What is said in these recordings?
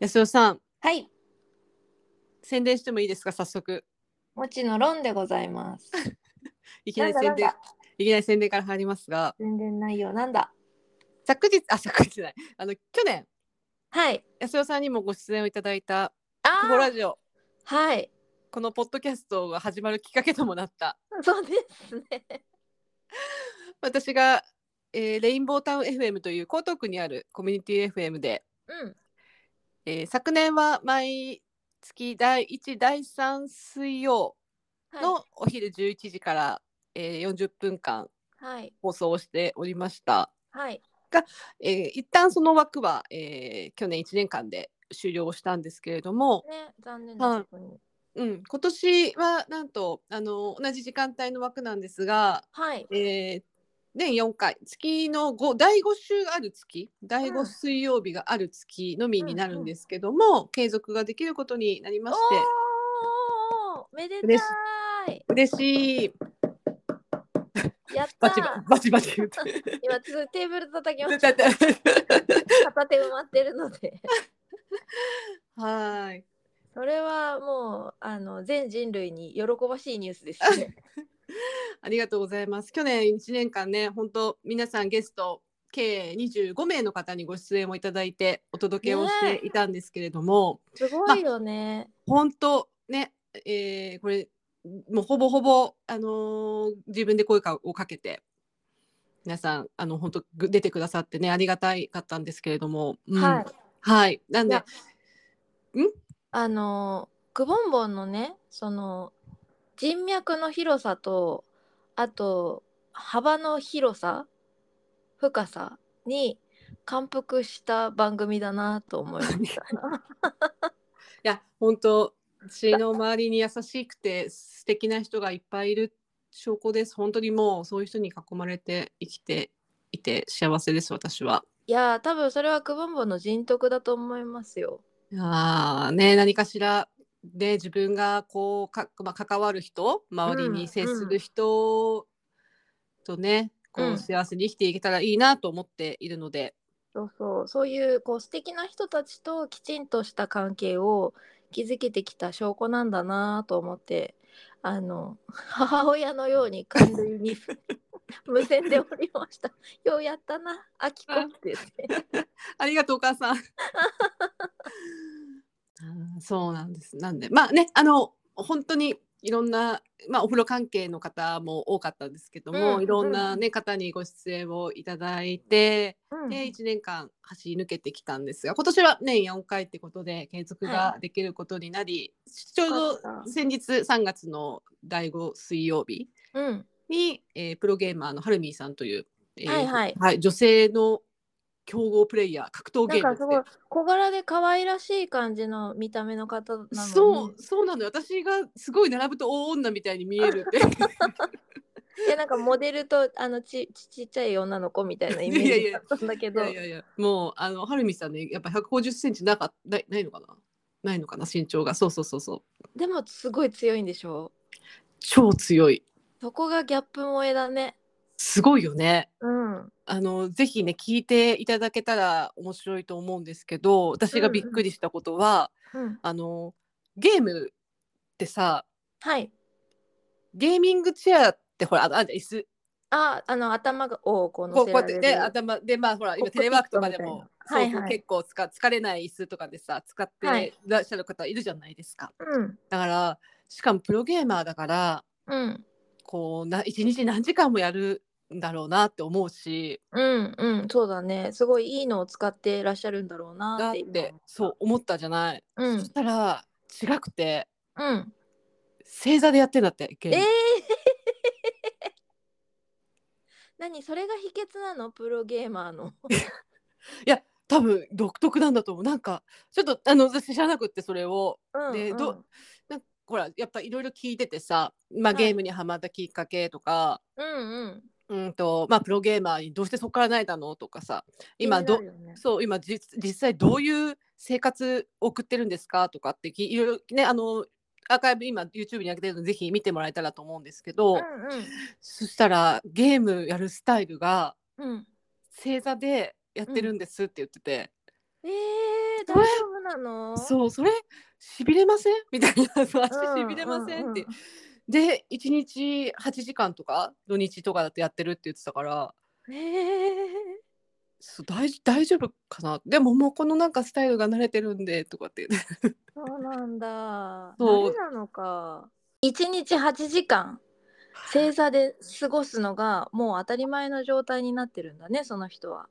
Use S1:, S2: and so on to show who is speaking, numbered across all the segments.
S1: 安尾さん
S2: はい、
S1: 宣伝してもいいですか早速
S2: もちの論でございます。
S1: いきな
S2: なん
S1: り宣
S2: だなん
S1: 伝
S2: だ、
S1: いきなり宣伝から入りますが
S2: 全然内容なんだ。
S1: 昨日あ昨日じゃないあの去年
S2: はい。
S1: 安尾さんにもご出演をいただいた「クボ
S2: あ
S1: ラジオ
S2: あ、はい。」
S1: このポッドキャストが始まるきっかけともなった
S2: そうですね。
S1: 私が、えーレインボータウン FM という江東区にあるコミュニティ FM で、
S2: うん。
S1: えー昨年は毎月第1第3水曜
S2: は
S1: のお昼11時から、えー40分間
S2: い。はい。
S1: 放送をしておりました。
S2: はい。
S1: えー一旦その枠は、えー去年1年間で終了をしたんですけれども、
S2: ね、残念なことに。
S1: うん、今年はなんとあの同じ時間帯の枠なんですが、
S2: はい。
S1: えー年4回月の5第5週がある月第
S2: う
S1: 5
S2: ん
S1: 水曜日がある月のみになるんですけども、継続ができることになりま
S2: お
S1: して
S2: おー、めでたい。
S1: 嬉しい
S2: やった
S1: バチバ
S2: ー。
S1: バチバチ言うて
S2: 今つテーブル叩きまし
S1: だ
S2: た
S1: っ。て
S2: 片手埋まってるので。
S1: はい
S2: それはもうあの全人類に喜ばしいニュースですね。
S1: ありがとうございます。去年1年間ね、本当皆さんゲスト計25名の方にご出演をいただいてお届けをしていたんですけれども、
S2: すごいよね。
S1: 本当ね、えーこれもうほぼほぼあのー自分で声かをかけて皆さんあの本当ぐ出てくださってねありがたいかったんですけれども、うん
S2: はい。
S1: はい、なん
S2: い
S1: で
S2: やあのくぼんぼんのねその人脈の広さとあと幅の広さ深さに感服した番組だなと思いました。
S1: いや本当私の周りに優しくて素敵な人がいっぱいいる証拠です本当にもうそういう人に囲まれて生きていて幸せです私はい
S2: やー多分それはくぼんぼんの人徳だと思いますよ。
S1: あーね何かしらで自分がこうか、まあ、関わる人周り
S2: う
S1: に
S2: ん
S1: 接する人とね、
S2: う
S1: こ
S2: ん
S1: う幸せに生きていけたらいいなと思っているので、
S2: そうそうそういうこう素敵な人たちときちんとした関係を築けてきた証拠なんだなと思ってあの 母親のように感類 に無線でおりました。ようやったな、あきこって言って。
S1: ありがとうお母さ ん。あーそうなんです。なんでまあねあの本当にいろんな、まあ、お風呂関係の方も多かったんですけども、
S2: うん
S1: いろんな、ね、方にご出演をいただいて、で1年間走り抜けてきたんですが今年は年4回ってことで継続ができることになり、ちょう
S2: よかっ
S1: ど
S2: た
S1: 先日3月の第5水曜日、
S2: うん、うん、
S1: に、えープロゲーマーのハルミーさんという、えー
S2: はいはい
S1: 女性の強豪プレイヤー格闘
S2: な
S1: ゲ
S2: ん
S1: ームですす
S2: かごい
S1: ね
S2: 小柄で可愛らしい感じの見た目の方なのに
S1: そうそうなのよ私がすごい並ぶと大女みたいに見えるって
S2: いやなんかモデルとあのちちちっちゃい女の子みたいなイメ
S1: いや
S2: ー
S1: い
S2: ジ
S1: や
S2: だったんだけ
S1: い
S2: ど
S1: やいやいやもうあのハルミーさんねやっぱ150センチなかないないのかなないのかな身長がそうそうそうそう
S2: でもすごい強いんでしょ
S1: 超強い
S2: そこがギャップ萌えだね。
S1: すごいよね
S2: うん、
S1: あのぜひね聞いていただけたら面白いと思うんですけど私がびっくりしたことは、
S2: うん、
S1: あのゲームってさ
S2: はい。
S1: ゲーミングチェアってほらあのあるじゃん椅子
S2: あ、あの頭がをこう乗
S1: こう
S2: せ
S1: こう
S2: ら
S1: やっ
S2: れ
S1: て
S2: る。
S1: ね頭でまあほら今
S2: コック
S1: テレワークとかで
S2: ピット
S1: も
S2: みたいな
S1: そうそう
S2: はいはい
S1: 結構つか疲れない椅子とかでさ使って
S2: はい
S1: らっしゃる方いるじゃないですか、
S2: うん、
S1: だからしかもプロゲーマーだから
S2: うん、
S1: こうな一日何時間もやるんだろうなって思うし
S2: うん、うん、そうだね。すごいいいのを使ってらっしゃるんだろう
S1: だ
S2: な
S1: っ
S2: って。
S1: てそう思ったじゃない、
S2: うん
S1: そしたら違くて
S2: うん。
S1: 正座でやってんだってゲー
S2: え
S1: ム
S2: えー。 何それが秘訣なのプロゲーマーの。
S1: 多分独特なんだと思うなんかちょっとあの私知らなくってそれを
S2: うん、
S1: で
S2: うん
S1: どなんかほらやっぱいろいろ聞いててさ、まあ、
S2: はい
S1: ゲームにはまったきっかけとか、
S2: うんうん。
S1: うんとまあ、プロゲーマーにどうしてそこからなれたのとかさ今
S2: 気に
S1: ど
S2: なるよね
S1: そう今じ実際どういう生活を送ってるんですかとかってきいろいろねあのアーカイブ今 YouTube に上げてるのでぜひ見てもらえたらと思うんですけど、そしたらゲームやるスタイルが
S2: うんうん。うん。
S1: 正座でやってるんですって言ってて、
S2: ええ大丈夫なの
S1: そうそれしびれませんみたいなそう
S2: うん
S1: 足しびれませんって、
S2: うう
S1: で1日8時間とか土日とかだとやってるって言ってたから
S2: うんえ
S1: そう大大丈夫かなでももうこのなんかスタイルが慣れてるんでとかって言って
S2: ー、そうなんだ。
S1: そう
S2: 慣れなのか。一日8時間正座で過ごすのがもう当たり前の状態になってるんだねその人は。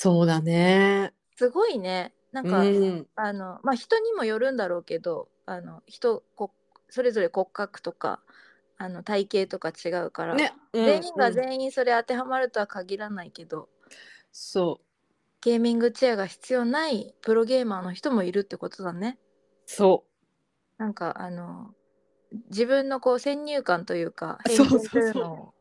S1: そうだね
S2: すごいね。なんか、
S1: うん
S2: あのまあ人にもよるんだろうけどあの人こそれぞれ骨格とかあの体型とか違うから、
S1: ね、うん
S2: 全員が
S1: うん
S2: 全員それ当てはまるとは限らないけど、
S1: そう
S2: ゲーミングチェアが必要ないプロゲーマーの人もいるってことだね。
S1: そ
S2: なんかあの自分のこう先入観というか
S1: そうそう
S2: するのを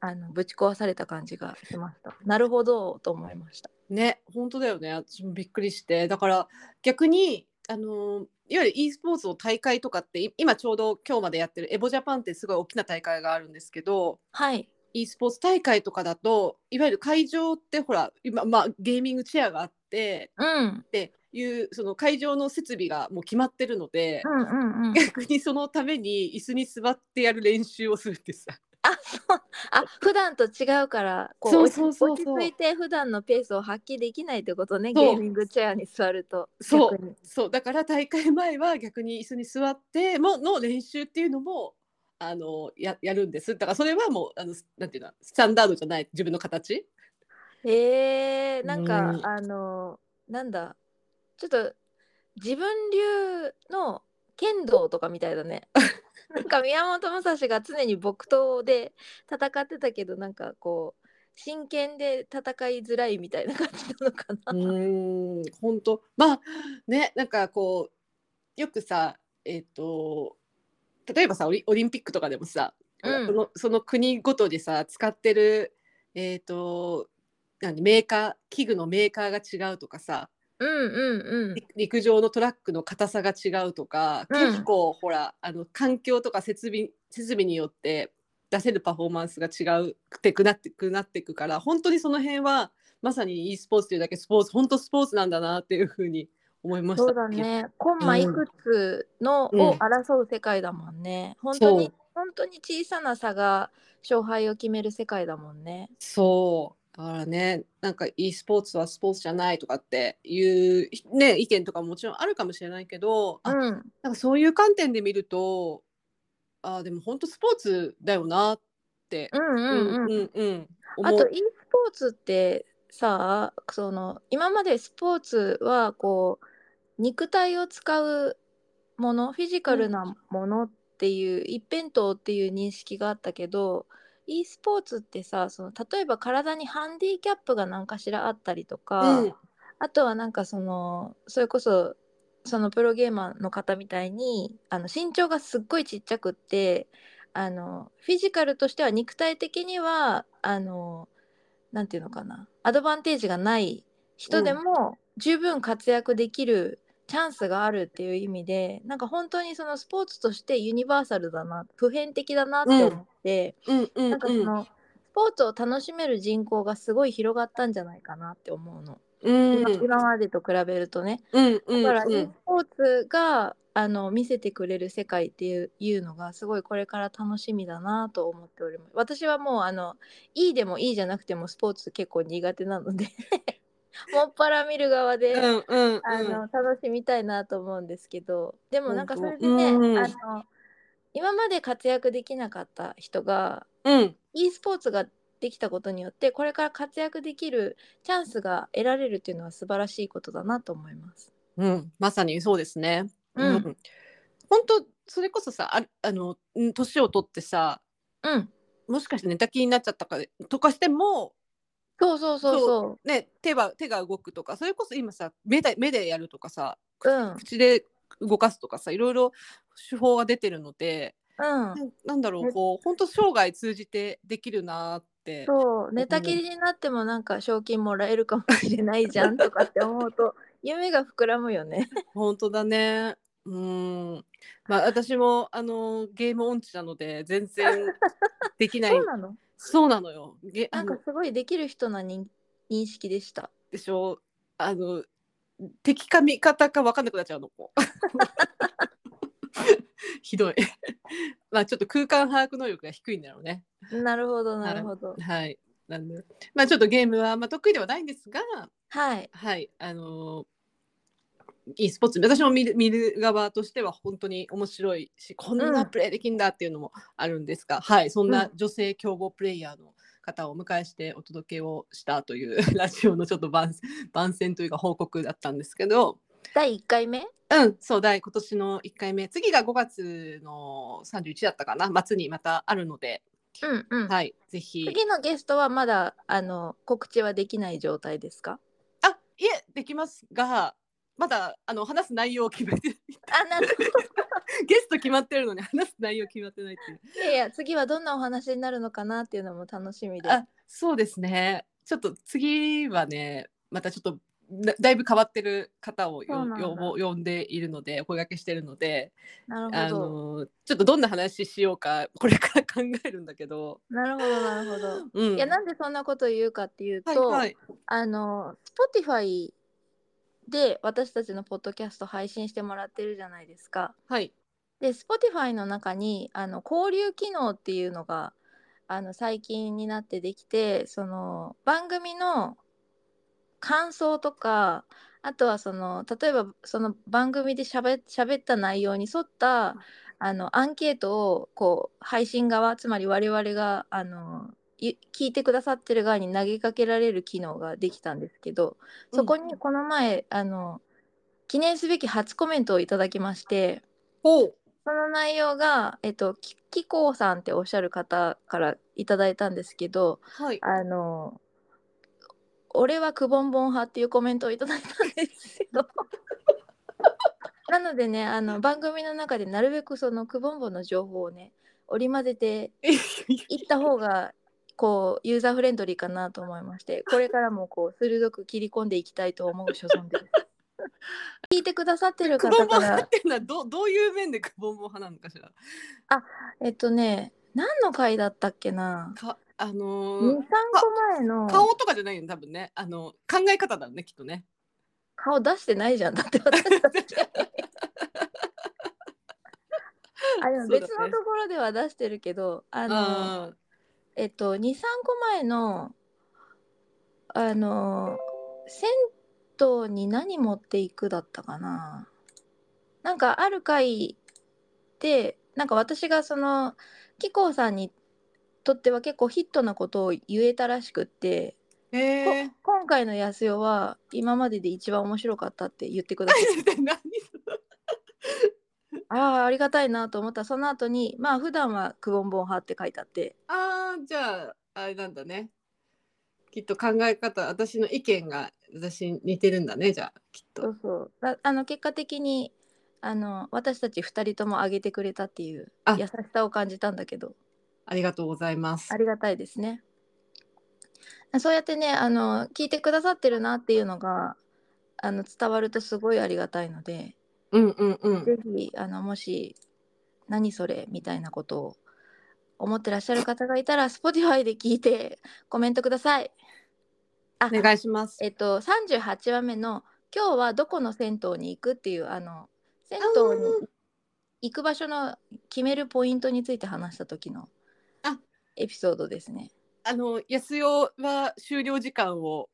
S2: あのぶち壊された感じがしました。なるほどと思いました。
S1: うね本当だよね私もびっくりしてだから逆にあのーいわゆる e スポーツの大会とかってい今ちょうど今日までやってるエボジャパンってすごい大きな大会があるんですけど
S2: はい。
S1: e スポーツ大会とかだといわゆる会場ってほら今、まあ、ゲーミングチェアがあって
S2: うん。
S1: っていうその会場の設備がもう決まってるので
S2: う、んうんうん。
S1: 逆にそのために椅子に座ってやる練習をするってさ
S2: あ、そう。 あ、普段と違うから、こう
S1: そう
S2: 落ち
S1: そうそうそう
S2: 落ち着いて普段のペースを発揮できないってことね。
S1: そう
S2: ゲーミングチェアに座ると。
S1: そう
S2: 逆に
S1: そうだから大会前は逆に椅子に座ってもの練習っていうのもあのややるんですだからそれはもうあのなんていうのスタンダードじゃない自分の形
S2: えー、なんか、
S1: うん
S2: あの、なんだ。ちょっと自分流の剣道とかみたいだね。 なんか宮本武蔵が常に木刀で戦ってたけど、なんかこう。真剣で戦いづらいみたいな感じなのかな。
S1: うん本当まあねなんかこうよくさえっ、と例えばさオリオリンピックとかでもさ、
S2: うん
S1: そのその国ごとでさ使ってるえっ、と何メーカー器具のメーカーが違うとかさ
S2: うんうんうん。
S1: り陸上のトラックの硬さが違うとか
S2: うん
S1: 結構、ほらあの環境とか設備設備によって出せるパフォーマンスが違うくてくなってくなってくから本当にその辺はまさに e スポーツというだけスポーツ本当スポーツなんだなっていうふうに思いました。
S2: そうだね。コンマいくつの
S1: うん
S2: を争う世界だもんね。本当
S1: そ
S2: に
S1: う
S2: 本当に小さな差が勝敗を決める世界だもんね。
S1: そうだからねなんか e スポーツはスポーツじゃないとかっていう、ね、意見とかももちろんあるかもしれないけど、あ
S2: うん。
S1: なんかそういう観点で見るとあーでも本当スポーツだよなって
S2: うんうんうん。
S1: うんうん
S2: あと e スポーツってさ、その今までスポーツはこう肉体を使うもの、フィジカルなものっていう一辺倒っていう認識があったけど、e スポーツってさ、その例えば体にハンディキャップが何かしらあったりとか。
S1: うん
S2: あとはなんかそのそれこそそのプロゲーマーの方みたいにあの身長がすっごいちっちゃくってあのフィジカルとしては肉体的にはあのなんていうのかなアドバンテージがない人でも十分活躍できるチャンスがあるっていう意味でなんか本当にそのスポーツとしてユニバーサルだな普遍的だなって思って、
S1: うんうん
S2: なんかそのスポーツを楽しめる人口がすごい広がったんじゃないかなって思うの。
S1: うん
S2: 今今までと比べるとね。
S1: うんう
S2: だ
S1: ん
S2: から
S1: う
S2: e ス
S1: ん
S2: ポーツがあの見せてくれる世界っていういうのがすごいこれから楽しみだなと思っております。私はもうあのいいでもいいじゃなくてもスポーツ結構苦手なので もっぱら見る側で、
S1: うんうんうん
S2: あの楽しみたいなと思うんですけどでもなんかそれでね、
S1: 本当うん
S2: あの今まで活躍できなかった人が
S1: うん
S2: e スポーツができたことによってこれから活躍できるチャンスが得られるっていうのは素晴らしいことだなと思います。
S1: うんまさにそうですね
S2: うん
S1: 本当それこそさああのうん年を取ってさ
S2: うん、
S1: もしかして寝たきりになっちゃったかとかしても
S2: そうそうそうそ
S1: ね手は手が動くとかそれこそ今さ目で目でやるとかさ
S2: う。うん、
S1: 口で動かすとかさいろいろ手法が出てるので
S2: うん、
S1: ななんだろうこう本当生涯通じてできるなって
S2: そう、寝たきりになってもなんか賞金もらえるかもしれないじゃんとかって思う と夢が膨らむよね。
S1: 本当だね。うん。まあ私もあのゲーム音痴なので全 然できない。
S2: そうなの？
S1: そうなのよ。ゲ
S2: な
S1: あ
S2: んか
S1: の
S2: すごいできる人な認認識でした。
S1: でしょあの敵か味方か分かんなくなっちゃうのこう ひどい まあちょっと空間把握能力が低いんだろうね
S2: なるほどなるほど
S1: はいなんでまあちょっとゲームはあんま得意ではないんですが
S2: はい
S1: はいあのー e スポーツ私も見る見る側としては本当に面白いしこんな
S2: うん
S1: プレーできんだっていうのもあるんですが、はいそんな女性強豪プレイヤーの方をお迎えしてお届けをしたという ラジオのちょっと番番宣というか報告だったんですけど、
S2: 第一回目
S1: うん、そうだい今年の1回目次が5月の31だったかな末にまたあるので、
S2: うんうん、
S1: はい、ぜひ
S2: 次のゲストはまだあの告知はできない状態ですか
S1: あいえできますがまだあの話す内容を決めて
S2: あなるほど
S1: ゲスト決まってるのに話す内容決まってないっていう
S2: いやいや次はどんなお話になるのかなっていうのも楽しみで
S1: あそうですねちょっと次はねまたちょっとだだいぶ変わってる方をよ
S2: そうなんだ
S1: よぼ呼んでいるのでお声掛けしてるので
S2: な
S1: あ
S2: るほど
S1: のちょっとどんな話しようかこれから考えるんだけど、
S2: なるほどなるほど
S1: うん、
S2: いやなんでそんなことを言うかっていうと、
S1: はいはい
S2: あの Spotify で私たちのポッドキャスト配信してもらってるじゃないですか。
S1: はい
S2: で Spotify の中にあの交流機能っていうのがあの最近になってできてその番組の感想とかあとはその例えばその番組でしゃべった内容に沿ったあのアンケートをこう配信側つまり我々があのい聞いてくださってる側に投げかけられる機能ができたんですけどそこにこの前、あの記念すべき初コメントをいただきまして。
S1: ほう
S2: その内容が、えっと、ききこうさんっておっしゃる方からいただいたんですけど、
S1: はい
S2: あの、俺はくぼんぼん派っていうコメントをいただいたんですけど。なのでね、あの番組の中でなるべくそのくぼんぼんの情報をね、織り交ぜていった方が、こう、ユーザーフレンドリーかなと思いまして、これからもこう、鋭く切り込んでいきたいと思う所存です。聞いてくださってる
S1: くぼ
S2: 方
S1: んぼん
S2: か
S1: 派
S2: ら
S1: っ、ていうのはどどういう面でくぼんぼん派なのかしら
S2: えっとね、何の回だったっけな。
S1: かあの
S2: 二
S1: ー
S2: 三個前の
S1: 顔とかじゃないよね多分ねあの考え方だよねきっとね
S2: 顔出してないじゃんだって私た ちあでも別のところでは出してるけど、あの
S1: あ
S2: えっと二三個前のあの銭湯に何持っていくだったかな。なんかある回でなんか私がその紀子さんにとっては結構ヒットなことを言えたらしくって。
S1: ーへえ
S2: こ今回の安代は今までで一番面白かったって言ってくだ さい
S1: 何
S2: ああありがたいなと思ったその後にまあ普段はくぼんぼん派って書いてあって
S1: あーじゃああれなんだねきっと考え方私の意見が私に似てるんだねじゃあきっ
S2: そ
S1: と
S2: うそうだあの結果的にあの私たち2人とも上げてくれたっていう
S1: あ
S2: 優しさを感じたんだけど
S1: ありがとうございます
S2: ありがたいですねそうやってねあの聞いてくださってるなっていうのがあの伝わるとすごいありがたいので
S1: うんうんうん
S2: ぜひあのもし何それみたいなことを思ってらっしゃる方がいたら Spotify で聞いてコメントください。あ
S1: お願いします
S2: えっと38話目の「今日はどこの銭湯に行く?」っていうあの銭湯に行く場所の決めるポイントについて話した時の
S1: あ
S2: エピソードですね。
S1: あの安代は終了時間を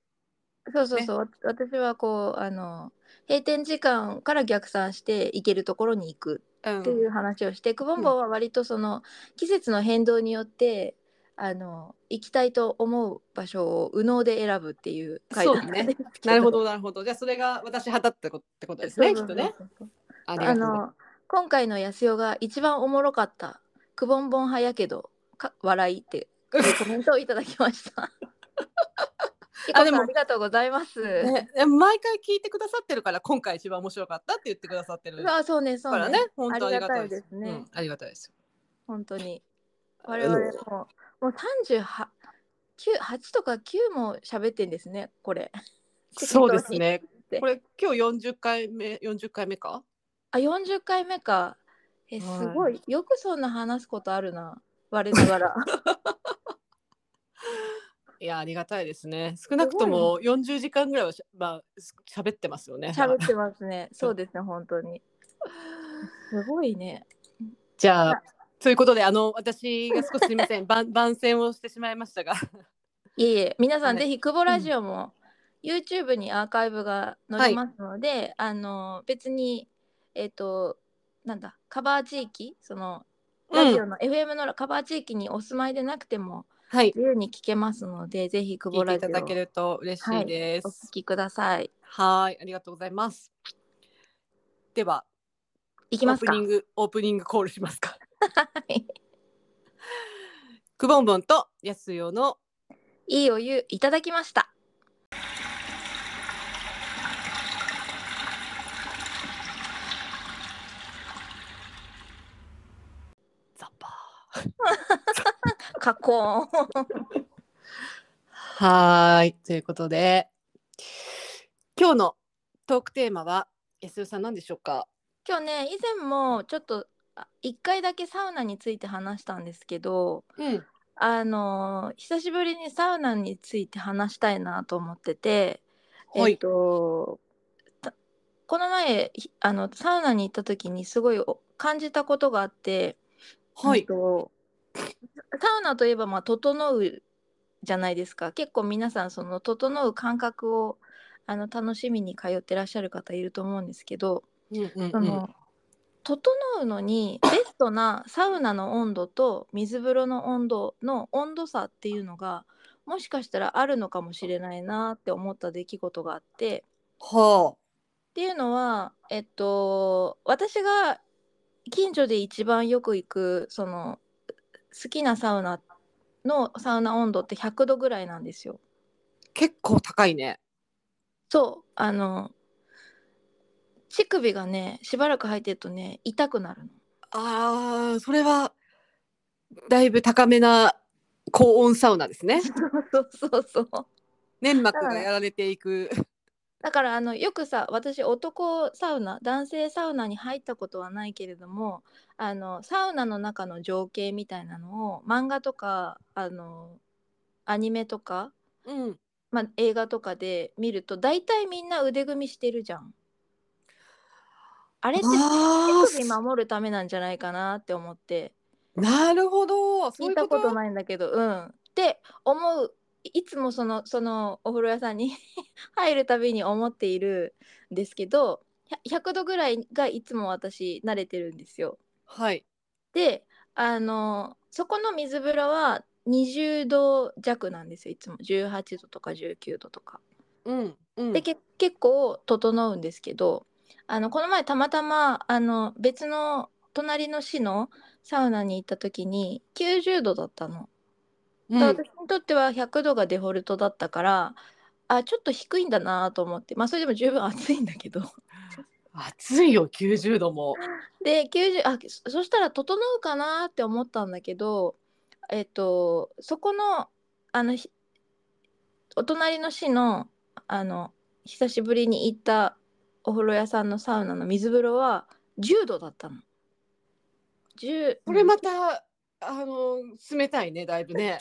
S2: そうそうそう、わ私はこうあの閉店時間から逆算して行けるところに行く
S1: うん
S2: っていう話をして、くぼんぼんは割とその季節の変動によってあの行きたいと思う場所を右脳で選ぶっていう回
S1: そう
S2: だっ
S1: だ
S2: た
S1: ね
S2: んですけど
S1: なるほどなるほどじゃあそれが私派だってことってことですねき
S2: そ
S1: っ
S2: う
S1: と
S2: そうそう
S1: ねありが
S2: あ
S1: とうございます
S2: の今回の安代が一番おもろかったくぼんぼん派やけどか笑いっていうコメントをいただきま した。
S1: あで
S2: あで
S1: も
S2: もありがとうございます。
S1: ね、でも毎回聞いてくださってるから今回一番面白かったって言ってくださってるか
S2: あそうねそう
S1: ら
S2: ね
S1: ね本当あ
S2: あ
S1: り
S2: り
S1: が
S2: が
S1: た
S2: た
S1: い
S2: い
S1: で
S2: ですすね
S1: うんありがたいですよ
S2: 本当に。
S1: あ
S2: 我
S1: の
S2: 々ももう38 9 8とか9も喋ってんですねこれ。
S1: そうですね
S2: て
S1: これ今日40回目40回目か
S2: あ40回目か。えす
S1: はい
S2: ごい よくそんな話すことあるな我ながら。
S1: いやありがたいですね少なくとも40時間ぐらいはしゃ、まあ、す喋ってますよね
S2: 喋ってますね。そうですね、本当 に。すごいね。
S1: じゃあということであの私が少しすみません 番番宣をしてしまいましたが
S2: いえいえ、皆さん、
S1: はい
S2: ぜひ、久保ラジオも YouTube にアーカイブが載りますので、あの別に、えっ、と、なんだ、カバー地域、その、ラジオの FM のカバー地域にお住まいでなくても、
S1: はい
S2: 自由に聞けますので、ぜひ、久
S1: 聞
S2: 保
S1: いて
S2: ラ
S1: い
S2: ジ
S1: た
S2: オ
S1: だけると嬉しいで
S2: お
S1: す
S2: 聞きください。
S1: はいありがとうございますではい
S2: きますか
S1: オープ。ニングオープニングコールしますか
S2: はい
S1: くぼんぼんとやすよの
S2: いいお湯いただきました。
S1: ザッパー
S2: かこーん。
S1: はーいということで今日のトークテーマはやすよさん何でしょうか
S2: 今日ね以前もちょっとあ一回だけサウナについて話したんですけど
S1: うん
S2: あのー久しぶりにサウナについて話したいなと思ってて、
S1: は
S2: えっ
S1: い、
S2: とたこの前ひあのサウナに行った時にすごいお感じたことがあって、
S1: は
S2: うん
S1: い
S2: とサウナといえばまあ整うじゃないですか結構皆さんその整う感覚をあの楽しみに通ってらっしゃる方いると思うんですけど、
S1: うんうん
S2: その、整うのにベストなサウナの温度と水風呂の温度の温度差っていうのがもしかしたらあるのかもしれないなって思った出来事があって
S1: は
S2: っていうのはえっと私が近所で一番よく行くその好きなサウナのサウナ温度って100度ぐらいなんですよ。
S1: あ結構高いね
S2: そうあの乳首がねしばらく入ってるとね痛くなるの。
S1: あーそれはだいぶ高めな高温サウナですね
S2: そうそうそうそう。
S1: 粘膜がやられていく
S2: だからあのよくさ私男サウナ男性サウナに入ったことはないけれどもあのサウナの中の情景みたいなのを漫画とかあのアニメとか、
S1: うん
S2: まあ、映画とかで見ると大体みんな腕組みしてるじゃん。あれって
S1: あ
S2: 手首守るためなんじゃないかなって思って
S1: ーなるほどそうい
S2: 聞いう
S1: こ
S2: た
S1: と
S2: ことないんだけどうん。って思ういつもそのそのお風呂屋さんに 入るたびに思っているんですけどひゃ100度ぐらいがいつも私慣れてるんですよ。
S1: はい
S2: であのそこの水風呂は20度弱なんですよいつも18度とか19度とか。
S1: うんうん
S2: でけ結構整うんですけどあのこの前たまたまあの別の隣の市のサウナに行った時に90度だった
S1: う
S2: の。
S1: ん
S2: だから私にとっては100度がデフォルトだったからあちょっと低いんだなと思ってまあそれでも十分暑いんだけど
S1: 暑いよ90度も
S2: で90あそそしたら整うかなって思ったんだけどえっとそこのあのひお隣の市のあの久しぶりに行ったお風呂屋さんのサウナの水風呂は10度だったの。10
S1: これまたあの冷たいねだいぶね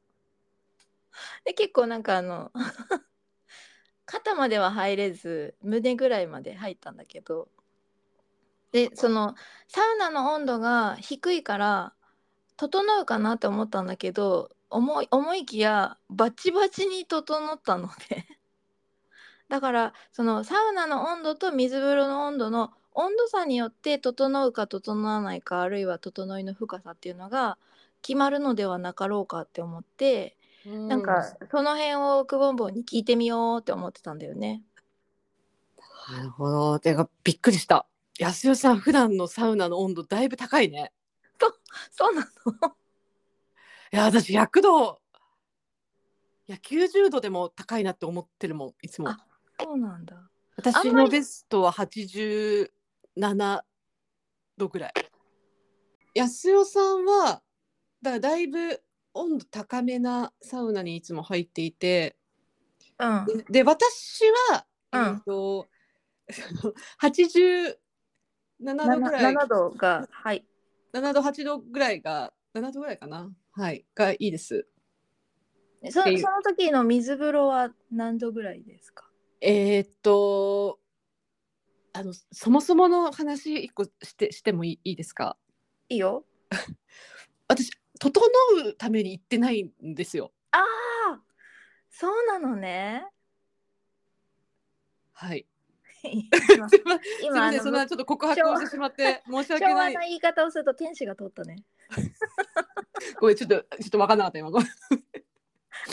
S2: で結構なんかあの 肩までは入れず胸ぐらいまで入ったんだけどでそのサウナの温度が低いから整うかなって思ったんだけど思い思いきやバチバチに整ったので だからそのサウナの温度と水風呂の温度の温度差によって整うか整わないかあるいは整いの深さっていうのが決まるのではなかろうかって思ってなんかその辺をくぼんぼんに聞いてみようって思ってたんだよね。
S1: なるほどてかびっくりした安代さん普段のサウナの温度だいぶ高いね
S2: そうなの。
S1: いや私100度いや90度でも高いなって思ってるもんいつも
S2: あそうなんだ。
S1: 私
S2: あんま
S1: の
S2: り
S1: ベストは87度ぐらい安代さんはだからだいぶ温度高めなサウナにいつも入っていて
S2: うん。
S1: でで私は、
S2: うん
S1: えっと 87度ぐらい
S2: 七度がはい。
S1: 7度8度ぐらいが7度ぐらいかなはいがいいです
S2: ねそ
S1: っていう
S2: その時の水風呂は何度ぐらいですか
S1: えーっとあのそもそもの話一個してしてもいいいいですか
S2: いいよ
S1: 私整うために行ってないんですよ
S2: ああそうなのね
S1: はい
S2: 今
S1: すいませんすい
S2: 今
S1: ま
S2: あ
S1: せんそん
S2: の
S1: なちょっと告白をしてしま って申し訳
S2: 昭
S1: な
S2: 和
S1: い
S2: な言い方をすると天使が通ったね
S1: ごめんちょっとちょっと分かんなかった今ごめん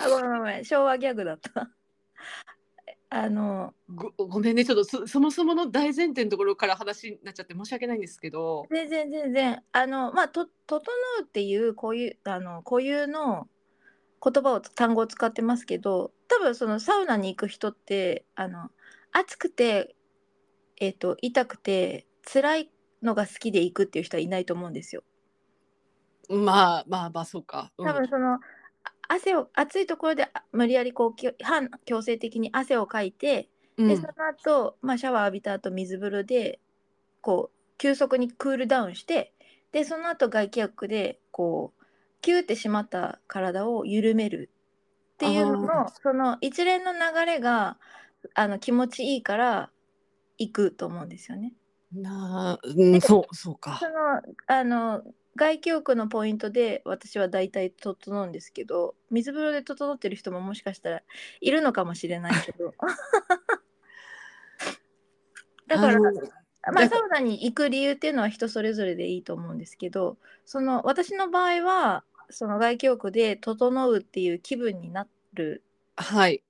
S2: あごめんごめん昭和ギャグだった あの
S1: ごごめんねちょっとそそもそもの大前提のところから話になっちゃって申し訳ないんですけど
S2: 全然全然あのまあと「整う」っていうこういうあの固有の言葉を単語を使ってますけど多分そのサウナに行く人ってあの暑くて、えっと痛くて辛いのが好きで行くっていう人はいないと思うんですよ。
S1: まあまあまあそうか、うん
S2: 多分その、あ汗を暑いところであ無理やりこうき半強制的に汗をかいて、
S1: うん
S2: でその後、まあシャワー浴びた後水風呂でこう急速にクールダウンしてでその後外気浴でこうキューって締まった体を緩めるっていうの
S1: あ
S2: のその一連の流れがあの気持ちいいから行くと思うんですよね。
S1: なあ、うん、そうそうか
S2: そのあの外気浴のポイントで私は大体整うんですけど水風呂で整ってる人ももしかしたらいるのかもしれないけ どだから
S1: あの
S2: ま
S1: な
S2: あ、
S1: んか
S2: サウナに行く理由っていうのは人それぞれでいいと思うんですけどその私の場合はその外気浴で整うっていう気分になる
S1: はい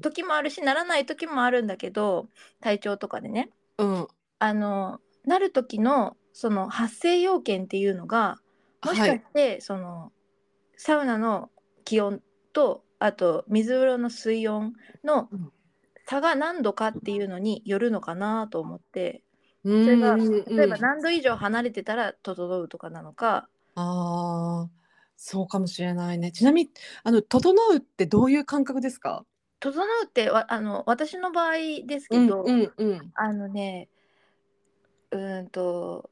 S2: 時もあるしならない時もあるんだけど体調とかでね。
S1: うん
S2: あのなる時のその発生要件っていうのがもしかして、そのサウナの気温とあと水風呂の水温の
S1: うん
S2: 差が何度かっていうのによるのかなと思って
S1: うん
S2: それが
S1: うんうん
S2: 例えば何度以上離れてたら整うとかなのか、
S1: ああ、そうかもしれないね。ちなみに、あの、整うってどういう感覚ですか。
S2: 整うってわあの私の場合ですけ
S1: うん、
S2: ど、
S1: うん、うん。
S2: あのねうーんと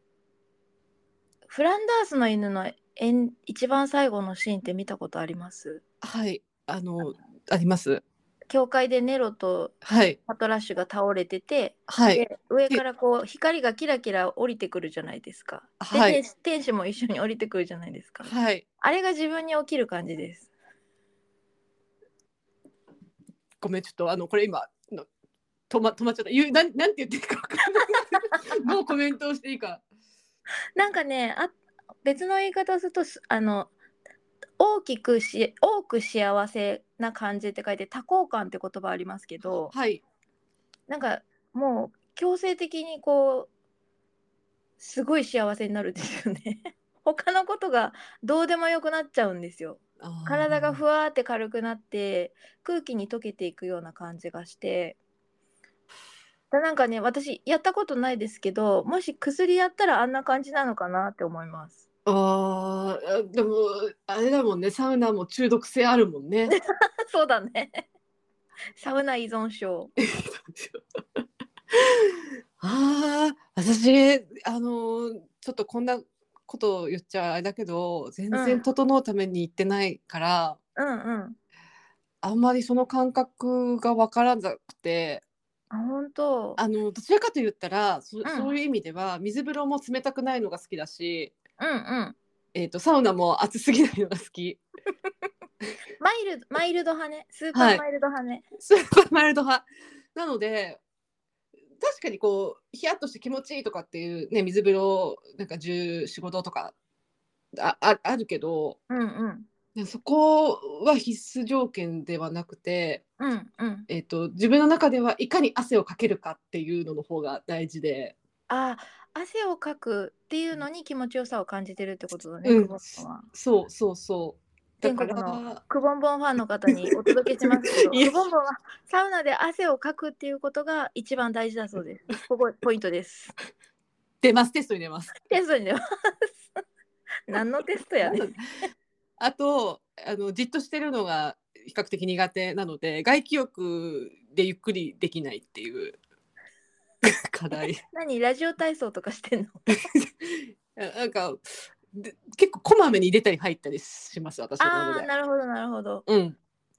S2: フランダースの犬のえん一番最後のシーンって見たことあります
S1: はい、あの、あります。
S2: 教会でネロと
S1: はい、
S2: パトラッシュが倒れてて、
S1: はい、
S2: で上からこう光がキラキラ降りてくるじゃないですか。で、
S1: はい
S2: 天使天使も一緒に降りてくるじゃないですか。
S1: はい。
S2: あれが自分に起きる感じです。
S1: ごめん、ちょっと、あの、これ今、の止ま、止まっちゃった。ゆう、なん、なんて言っていいかわかんない。 どうコメントをしていいか。
S2: なんかねあ別の言い方をするとすあの大きくし多く幸せな感じって書いて多幸感って言葉ありますけど
S1: はい、
S2: なんかもう強制的にこうすごい幸せになるんですよね。 他のことがどうでもよくなっちゃうんですよ。
S1: あー
S2: 体がふわーって軽くなって空気に溶けていくような感じがしてだなんかね私やったことないですけどもし薬やったらあんな感じなのかなって思います
S1: あーでもあれだもんねサウナも中毒性あるもんね
S2: そうだね サウナ依存症
S1: ああ私あのーちょっとこんなことを言っちゃあれだけど全
S2: う
S1: 然
S2: ん
S1: 整うために行ってないから、
S2: うんうん
S1: あんまりその感覚がわからなくて
S2: あ本当
S1: あのどちらかと言ったらそ,、うんそういう意味では水風呂も冷たくないのが好きだし、
S2: うんうん
S1: えー、とサウナも暑すぎないのが好き
S2: マイルドマイルド派ねスーパーマイルド派ね、
S1: スーパーマイルド派なので確かにこうヒヤッとして気持ちいいとかっていうね水風呂なんか1415度とかあああるけど
S2: うんうん
S1: でそこは必須条件ではなくて、
S2: うんうん
S1: えっと自分の中ではいかに汗をかけるかっていうのの方が大事で、
S2: あ汗をかくっていうのに気持ちよさを感じてるってことだね、
S1: うん
S2: 久保さんは
S1: そうそうそうだ
S2: 全
S1: か
S2: 国の
S1: ら
S2: くぼんぼんファンの方にお届けしますけど、
S1: いや
S2: くぼんぼんはサウナで汗をかくっていうことが一番大事だそうです。ここポイントです。
S1: 出ますテストに出ます。
S2: テストに出ます。何のテストやねん。
S1: あとあのじっとしてるのが比較的苦手なので外気浴でゆっくりできないっていう課 題。
S2: 何ラジオ体操とかしてんの？
S1: なんかで結構こまめに出たり入ったりします私
S2: あ
S1: なの
S2: あ
S1: で。
S2: なるほどなるほど。
S1: うん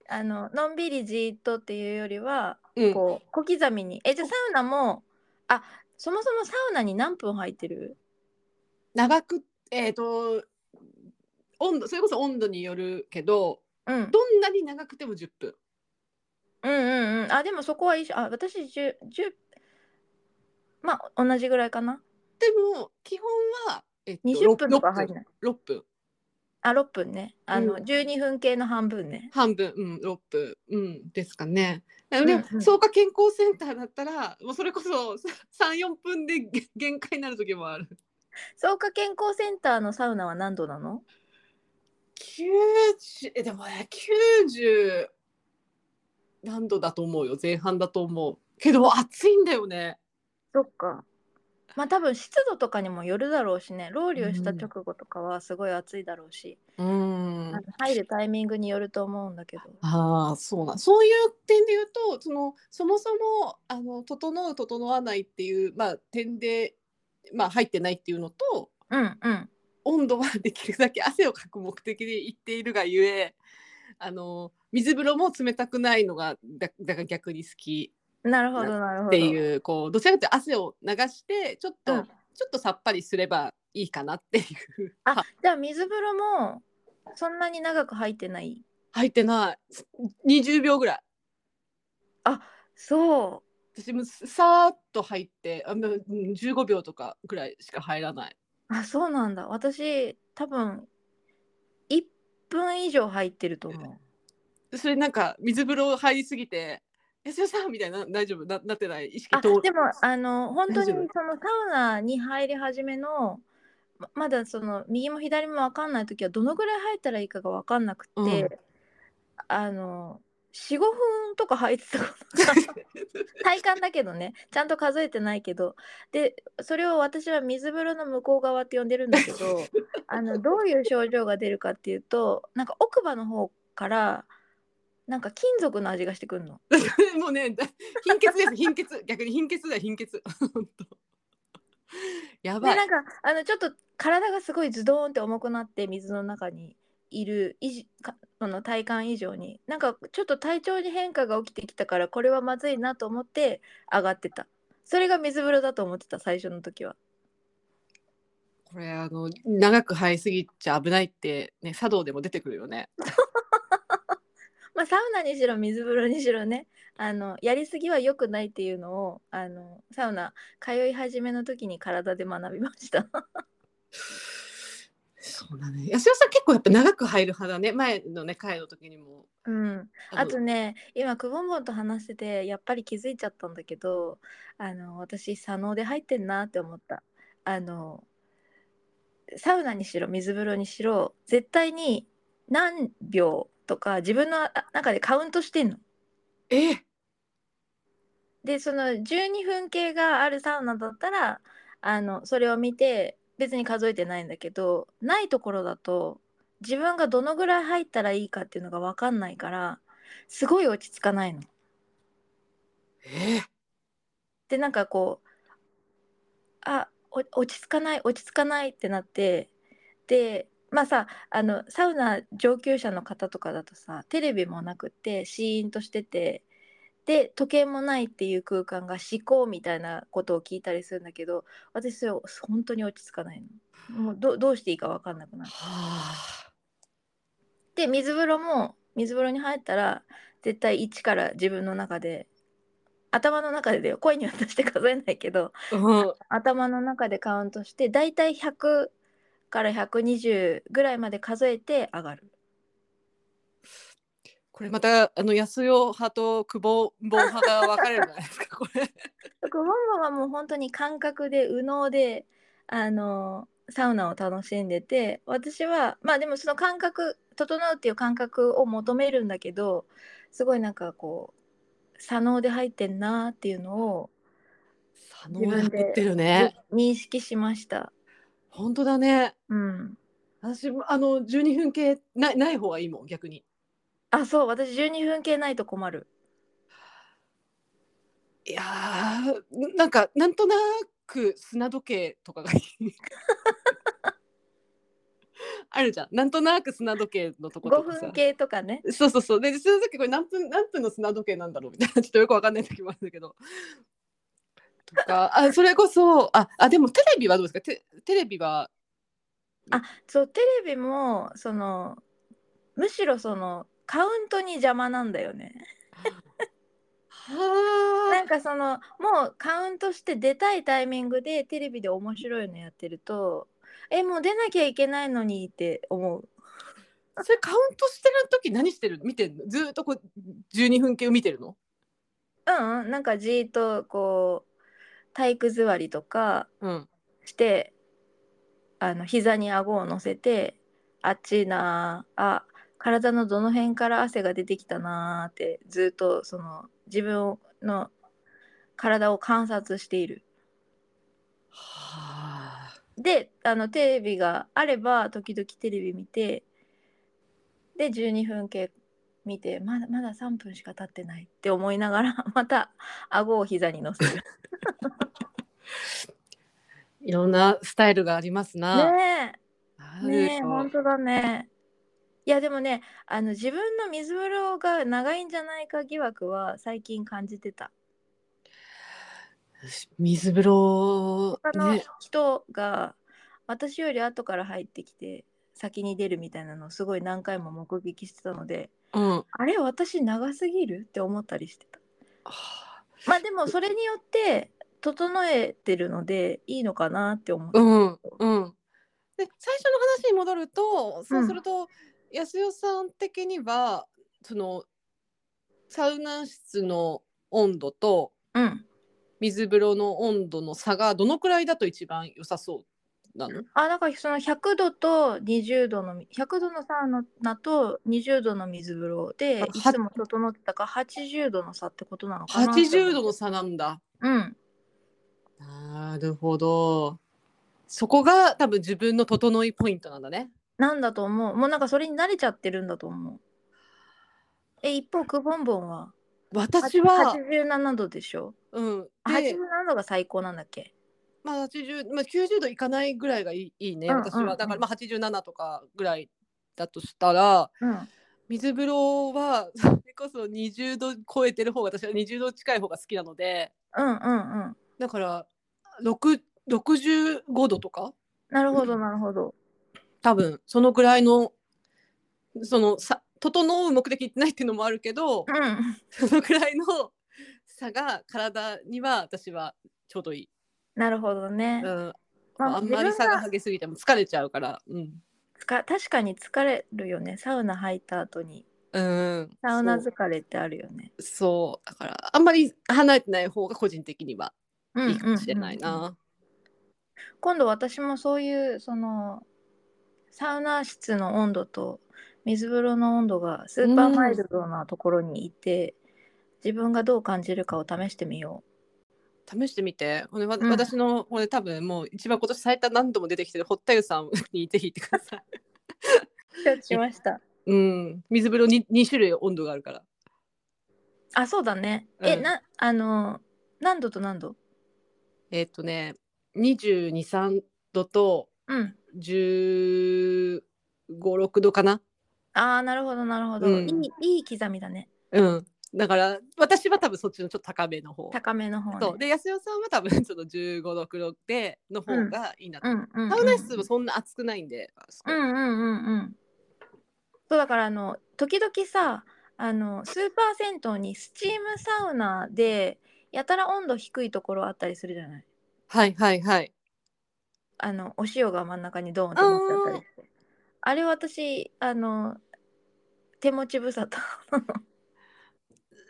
S2: あののんびりじーっとっていうよりは
S1: うん、
S2: こう小刻みにえじゃあサウナもあそもそもサウナに何分入ってる
S1: 長くえっ、と温度それこそ温度によるけど
S2: うんうん
S1: どんなに長くても10分
S2: うんうんあでもそこは一緒あ私 10, 10まあ同じぐらいかな
S1: でも基本は、えっと
S2: 20分とか入ん
S1: 6
S2: ない
S1: 分 ,6 分
S2: あ6分ねあの、
S1: うん
S2: 12分系の半分ね
S1: 半分、うん、6分、うん、ですかね。で
S2: ん
S1: も、草加健康センターだったらもうそれこそ34分で限限界になる時もある。
S2: 草加健康センターのサウナは何度なの
S1: 90えでもね90何度だと思うよ前半だと思うけど暑いんだよね
S2: そっかまあ多分湿度とかにもよるだろうしねロウリュした直後とかはすごい暑いだろうし、
S1: うん
S2: あの入るタイミングによると思うんだけど
S1: ああそうなんそういう点で言うとそのそもそもあの整う整わないっていう、まあ、点で、まあ、入ってないっていうのと
S2: うんうん
S1: 温度はできるだけ汗をかく目的で行っているがゆえあの水風呂も冷たくないのがだだから逆に好き
S2: なるほどなるほど
S1: っていうこうどちらかというと汗を流してちょっと、
S2: うん
S1: ちょっとさっぱりすればいいかなっていう
S2: あ
S1: は
S2: じゃあ水風呂もそんなに長く入ってない
S1: 入ってない20秒ぐらい
S2: そ
S1: 私もさーっと入ってあのうん15秒とかぐらいしか入らないう
S2: あそうなんだ私多分1分以上入ってると思う
S1: それなんか水風呂入りすぎて「安代さん」みたいな大丈夫ななってない意識
S2: あ
S1: 通
S2: でもあの本当に
S1: 大
S2: そ
S1: 丈
S2: の
S1: 夫
S2: サウナに入り始めのままだその右も左も分かんない時はどのぐらい入ったらいいかが分かんなくて、
S1: うん
S2: あの45分とか入ってたこと 体感だけどねちゃんと数えてないけどでそれを私は水風呂の向こう側って呼んでるんだけ どあのどういう症状が出るかっていうとなんか奥歯の方からなんか金属の味がしてくるの。
S1: もうねだ貧血です貧血逆に貧血だよ貧血 本当やば
S2: で
S1: い
S2: なんかあのちょっと体がすごいズドーンって重くなって水の中にいる以上かその体感以上になんかちょっと体調に変化が起きてきたからこれはまずいなと思って上がってたそれが水風呂だと思ってた最初の時は
S1: これあの長く入りすぎちゃ危ないってね茶道でも出てくるよね。
S2: まあサウナにしろ水風呂にしろねあのやりすぎは良くないっていうのをあのサウナ通い始めの時に体で学びました
S1: そうだね。安代さん結構やっぱ長く入る派だね。前のね会の時にも。
S2: うん
S1: あの
S2: あとね今くぼんぼんと話しててやっぱり気づいちゃったんだけどあの私左脳で入ってんなって思ったあのサウナにしろ水風呂にしろ絶対に何秒とか自分のあ中でカウントしてんの
S1: え
S2: でその12分計があるサウナだったらあのそれを見て別に数えてないんだけどないところだと自分がどのぐらい入ったらいいかっていうのが分かんないからすごい落ち着かないの。
S1: え
S2: でなんかこうあお落ち着かない落ち着かないってなってでまあさあのサウナ上級者の方とかだとさテレビもなくてシーンとしててで時計もないっていう空間が思考みたいなことを聞いたりするんだけど私それ本当に落ち着かないのもうどどうしていいか分かんなくなる
S1: はあ。
S2: で水風呂も水風呂に入ったら絶対1から自分の中で頭の中でだよ声には出して数えないけど
S1: うん。
S2: 頭の中でカウントしてだいたい100から120ぐらいまで数えて上がる。
S1: これまたあの安代派と久保んぼん派が分かれるじゃないですか。これ。
S2: 僕ワンワンはもう本当に感覚で右脳であのサウナを楽しんでて私はまあでもその感覚整うっていう感覚を求めるんだけどすごいなんかこう左脳で入ってんなっていうのを
S1: 佐野やってるね。
S2: 認識しました。
S1: 本当だね。
S2: うん、
S1: 私もあの12分系ないない方がいいもん逆に。
S2: あそう私12分系ないと困る。
S1: いやーなんかなんとなく砂時計とかがいい。あるじゃんなんとなく砂時計のとこと
S2: 5
S1: かさ
S2: 分計とかね
S1: そうそうそうでその時これ何分何分の砂時計なんだろうみたいなちょっとよくわかんない時もあるんだけどとかあそれこそああでもテレビはどうですかテテレビは
S2: そうテレビもそのむしろそのカウントに邪魔なんだよねな
S1: は
S2: んかそのもうカウントして出たいタイミングでテレビで面白いのやってるとえもう出なきゃいけないのにって思う
S1: あそれカウントしてる時何してる見てるのずーっとこう12分計を見てるの
S2: うんうんなんかじーっとこう体育座りとか
S1: うん
S2: してあの膝に顎を乗せてあっちいなーあ体のどの辺から汗が出てきたなーってずっとその自分の体を観察している。
S1: はあ
S2: であのテレビがあれば時々テレビ見てで12分計見てまだまだ3分しか経ってないって思いながら また顎を膝に乗せる。
S1: いろんなスタイルがありますな。
S2: ねえ
S1: あるよ
S2: ねえ、本当だね。いやでもね、あの自分の水風呂が長いんじゃないか疑惑は最近感じてた。
S1: 水風呂
S2: 他の
S1: ね
S2: 人が私より後から入ってきて先に出るみたいなのをすごい何回も目撃してたので、
S1: うんは
S2: あれ私長すぎるって思ったりしてた。
S1: あ
S2: まあでもそれによって整えてるのでいいのかなって思う。
S1: うんうんで最初の話に戻るとそうすると、安代さん的にはそのサウナ室の温度と
S2: うん。
S1: 水風呂の温度の差がどのくらいだと一番良さそうなの
S2: あなんかその100度と20度のみ100度のサウナと20度の水風呂で
S1: あ
S2: い
S1: は
S2: つも整ってたから80度の差ってことなのかな
S1: ?80 度の差なんだ。
S2: うん
S1: なるほど。そこが多分自分の整いポイントなんだね。
S2: なんだと思うもうなんかそれに慣れちゃってるんだと思うえ一方くぼんぼんは
S1: 私は、
S2: 87度でしょ
S1: うん、
S2: あ
S1: で
S2: 87、度が最高なんだっけ
S1: まあ80まあ、90度いかないぐらいがいいいいね、
S2: うん
S1: 私
S2: うんう
S1: は。
S2: ん
S1: だからまあ87とかぐらいだとしたら、
S2: うん
S1: 水風呂は それこそ20度超えてる方が私は20度近い方が好きなので、
S2: うんうんうん
S1: だから6 65度とか
S2: なるほどなるほど
S1: 多分そのぐらいのそのさ整う目的ってないっていうのもあるけど、
S2: うん
S1: そのくらいの 差が体には私はちょうどいい。
S2: なるほどね、
S1: うん、
S2: あ
S1: あんまり
S2: 自
S1: 差
S2: 分が
S1: が激しすぎても疲れちゃうから。うん。
S2: つか確かに疲れるよねサウナ入った後に
S1: うん、
S2: サウナ
S1: そう
S2: 疲れってあるよね
S1: そうだからあんまり離れてない方が個人的には
S2: うん
S1: いいかもしれない
S2: うんうんうん
S1: な。
S2: 今度私もそういうそのサウナ室の温度と水風呂の温度がスーパーマイルドなところにいて、自分がどう感じるかを試してみよ
S1: 試してみて、これわ
S2: うん
S1: 私のこれ多分もう一番今年最多何度も出てきてる堀田湯さんにぜひ行ってください。
S2: う承知しました
S1: うん、水風呂に2種類温度があるから。
S2: あそうだねえ、
S1: うん
S2: なあの何度と何度
S1: えっ、とね、22、3度と
S2: うん
S1: 15、6度かな。
S2: ああなるほどなるほど、
S1: うん
S2: いいいい刻みだね
S1: うん、だから私は多分そっちのちょっと高めの方。
S2: 高めの方ね
S1: そうで安代さんは多分その1 5 6 6での方がいいなと、
S2: うんうんうん、
S1: サウナ室もそんな熱くないんで、あそこ
S2: うんうんうんうん。そうだからあの時々さあのスーパー銭湯にスチームサウナでやたら温度低いところあったりするじゃない
S1: はいはいはい
S2: あのお塩が真ん中にドーンって乗ってあったりしてあれ私あの手持ち無沙汰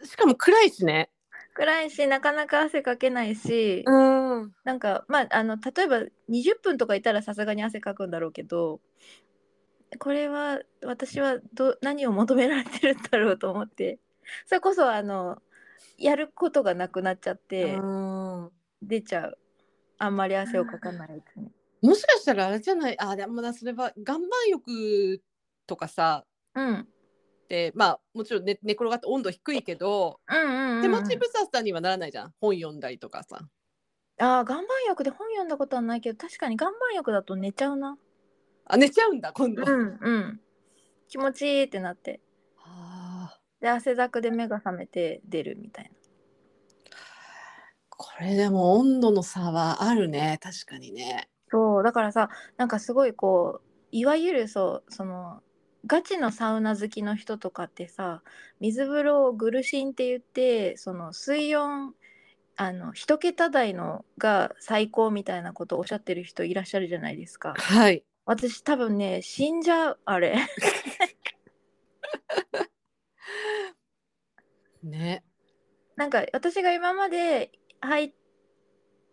S1: しかも暗いしね
S2: 暗いしなかなか汗かけないし、
S1: うん
S2: なんかまああの例えば20分とかいたらさすがに汗かくんだろうけどこれは私はど何を求められてるんだろうと思ってそれこそあのやることがなくなっちゃって出ちゃうあんまり汗をかかないうちに。
S1: もしかしたらあれじゃないあでもなそれは岩盤浴とかさ
S2: うん、うん
S1: でまあもちろん、ね、寝転がって温度低いけど
S2: うんうん
S1: 手持ちぶささにはならないじゃん本読んだりとかさ
S2: あー岩盤浴で本読んだことはないけど確かに岩盤浴だと寝ちゃうな
S1: あ寝ちゃうんだ今度、
S2: うんうん気持ちいいってなって
S1: あ
S2: で汗だくで目が覚めて出るみたいな
S1: ーこれでも温度の差はあるね確かにね
S2: そうだからさなんかすごいこういわゆるそうそのガチのサウナ好きの人とかってさ水風呂をグルシンって言ってその水温あの一桁台のが最高みたいなことをおっしゃってる人いらっしゃるじゃないですか
S1: はい
S2: 私多分ね死んじゃうあれ
S1: ね
S2: なんか私が今まで入っ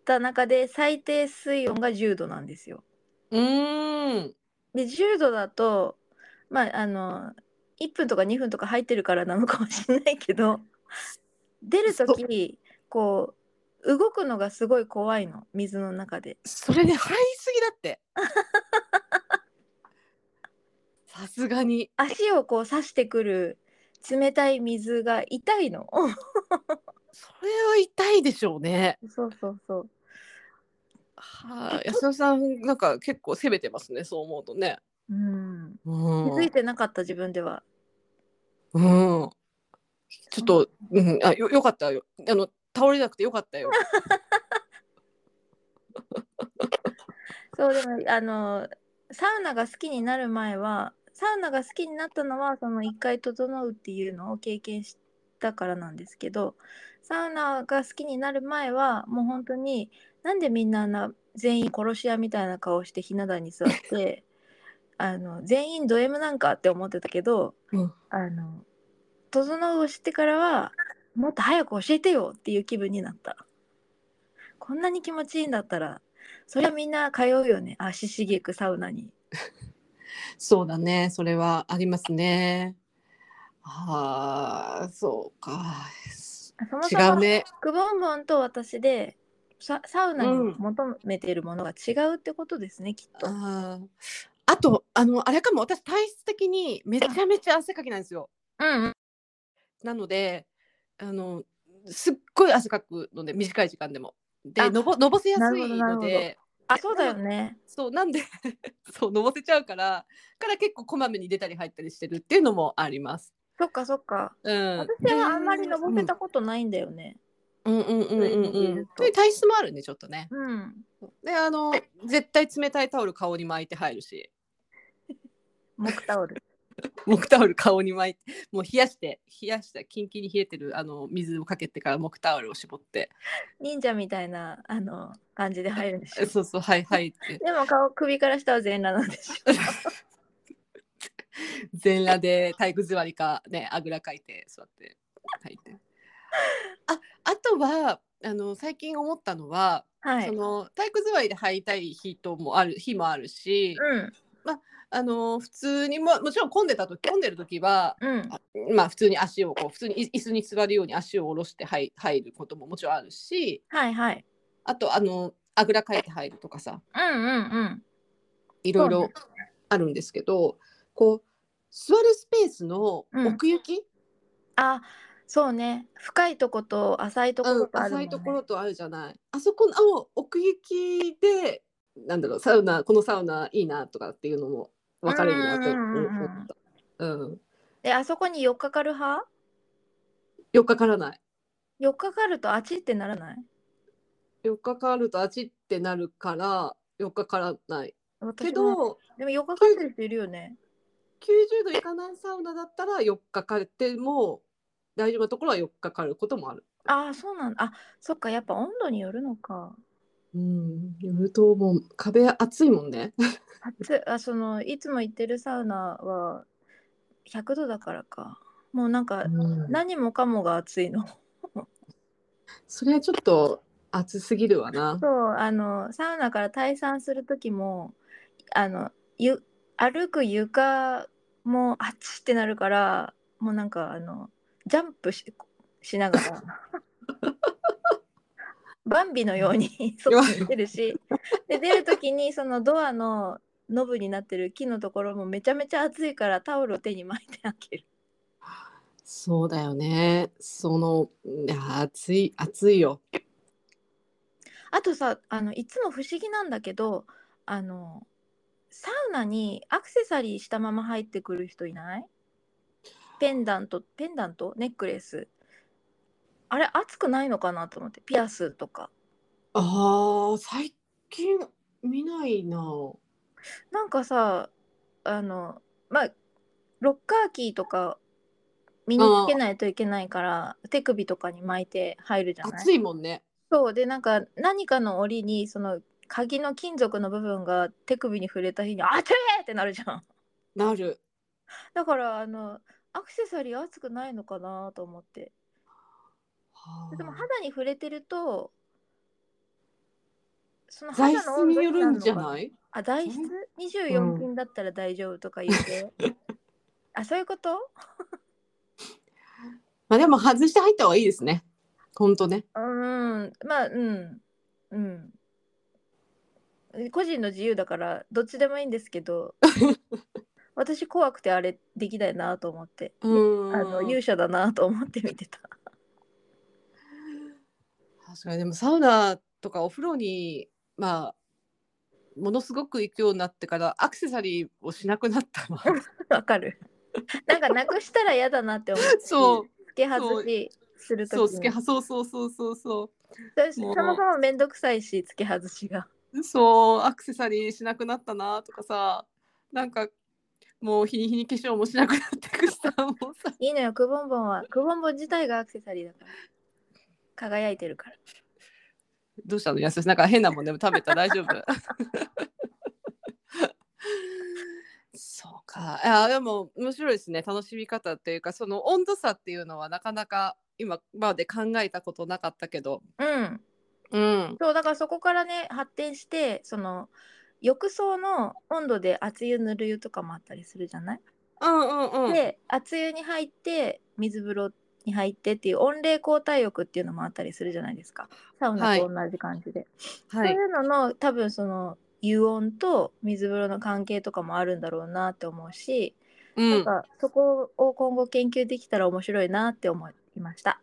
S2: た中で最低水温が10度なんですよ
S1: うーん
S2: で10度だとまああの1分とか2分とか入ってるからなのかもしれないけど出る時こう動くのがすごい怖いの水の中で
S1: それで入りすぎだって さすがに
S2: 足をこう刺してくる冷たい水が痛いの
S1: それは痛いでしょうね
S2: そうそうそう
S1: はい、安田さんなんか結構攻めてますねそう思うとね。
S2: うん
S1: うん
S2: 気づいてなかった自分では
S1: うん、ちょっと、うん、あよよかったよあの倒れなくてよかったよ。
S2: そうでもあのサウナが好きになる前はサウナが好きになったのはその一回整うっていうのを経験したからなんですけどサウナが好きになる前はもう本当になんでみんなあんな全員殺し屋みたいな顔してひな壇に座って あの全員ド M なんかって思ってたけど、
S1: うん
S2: あの整うを知ってからはもっと早く教えてよっていう気分になった。こんなに気持ちいいんだったらそりゃみんな通うよね足しげくサウナに
S1: そうだねそれはありますね。あーそうか
S2: そもそ
S1: 違
S2: も
S1: うね。
S2: くぼんぼんと私でササウナに求めているものが違うってことですね、きっと
S1: あーあとあのあれかも私体質的にめちゃめちゃ汗かきなんですよ。
S2: うんうん
S1: なのであのすっごい汗かくので短い時間でも。で
S2: あ
S1: のぼのぼせやすい
S2: なる
S1: の
S2: ほどなるほ
S1: で。
S2: あそうだよね
S1: そうなんで そうのぼせちゃうからから結構こまめに出たり入ったりしてるっていうのもあります。
S2: そっかそっか
S1: うん、
S2: 私はあんまり登せたことないんだよね
S1: うんうんうんうん
S2: 上に
S1: う
S2: い
S1: ん
S2: ると
S1: という体質もあるねちょっとね。
S2: うん、
S1: であの絶対冷たいタオル顔に巻いて入るし
S2: 木タオル
S1: 木タオル顔に巻いてもう冷やして冷やしたキンキンに冷えてるあの水をかけてから木タオルを絞って
S2: 忍者みたいなあの感じで入るんでしょ
S1: そうそうはいはいって
S2: でも顔首から下は全裸なんでし ょ
S1: 全裸で体育座りかねあぐらかいて座って書いて。ああとはあの最近思ったのは
S2: は
S1: そ
S2: い
S1: の体育座りで入りたい日ともある日もあるし、
S2: うん
S1: あの普通にももちろん混んでた時混んでる時は、
S2: うん
S1: あまあ、普通に足をこう普通にい椅子に座るように足を下ろして入入ることももちろんあるし
S2: はいはい
S1: あとあのあぐらかいて入るとかさ
S2: うんうんうん
S1: いろいろあるんですけどこう座るスペースの奥行き、
S2: あそうね深いとこと浅いとこ
S1: う
S2: ろ
S1: ん
S2: がある
S1: 浅
S2: もん、ね
S1: いところとあるじゃないあそこの奥行きでなんだろうサウナこのサウナいいなとかっていうのも分かるようになと
S2: うんうんうんうん
S1: 思った。うん
S2: であそこに寄っかかる派
S1: よっかからない。
S2: 寄っかかるとあちってならない
S1: よっかかるとあちってなるからよっかからないけ
S2: 私も
S1: ど
S2: でも寄っかかってる人いるよね
S1: 90度いかないサウナだったらよっかかれても大丈夫なところはよっかかることもある。
S2: ああそうなんだあそっかやっぱ温度によるのか
S1: うん、よるともう壁熱いもんね。
S2: 暑あそのいつも行ってるサウナは100度だからかもうなんか
S1: うん
S2: 何もかもが暑いの
S1: それはちょっと熱すぎるわな。
S2: そうあのサウナから退散する時もあのゆ歩く床もあっちってなるからもうなんかあのジャンプししながらバンビのように外に出るしで出る時にそのドアのノブになってる木のところもめちゃめちゃ暑いからタオルを手に巻いて開ける。
S1: そうだよね。そのいや暑い暑いよ。
S2: あとさあのいつも不思議なんだけどあのサウナにアクセサリーしたまま入ってくる人いないペンダントペンダントネックレスあれ熱くないのかなと思ってピアスとか
S1: ああ、最近見ないな。う
S2: なんかさあのまあロッカーキーとか身につけないといけないから手首とかに巻いて入るじゃない
S1: 暑いもんね。
S2: そうでなんか何かの折にその鍵の金属の部分が手首に触れた日に「あてえ!」ってなるじゃん
S1: なる。
S2: だからあのアクセサリー熱くないのかなと思って
S1: はあ
S2: でも肌に触れてるとその
S1: 材
S2: 肌
S1: 質
S2: の温
S1: に
S2: 度
S1: よるんじゃ
S2: い
S1: ない
S2: あ材質
S1: う
S2: 24
S1: ん
S2: 金だったら大丈夫とか言って、あそういうこと
S1: まあでも外して入った方がいいですね。ほんとね。
S2: うんまあうんうん個人の自由だからどっちでもいいんですけ ど私怖くてあれできないなと思って
S1: うん。
S2: あの勇者だなと思って見てた
S1: 確かにでもサウナとかお風呂にまあものすごく行くようになってからアクセサリーをしなくなった わ
S2: わかるなんかなくしたら嫌だなって思っ て
S1: そう
S2: 付け外しする
S1: そう
S2: とき
S1: つ
S2: に
S1: けはそうそうそうそうそ
S2: 私そ
S1: もう
S2: もそも面倒くさいし付け外しが
S1: うそうアクセサリーしなくなったなとかさなんかもう日に日に化粧もしなくなってくしさもうさ
S2: いいのよくぼんぼんはくぼんぼん自体がアクセサリーだから輝いてるから
S1: どうしたのやすしなんか変なもんでも食べた大丈夫そうかいやでも面白いですね楽しみ方っていうかその温度差っていうのはなかなか今まで考えたことなかったけど
S2: うん
S1: うん
S2: そうだからそこからね発展してその浴槽の温度で熱湯ぬる湯とかもあったりするじゃない、
S1: うんうんうん
S2: で熱湯に入って水風呂に入ってっていう温冷交代浴っていうのもあったりするじゃないですかサウナと同じ感じで、
S1: は
S2: そ
S1: いう
S2: いうのの多分その湯温と水風呂の関係とかもあるんだろうなって思うし、
S1: う
S2: なん
S1: ん
S2: かそこを今後研究できたら面白いなって思いました。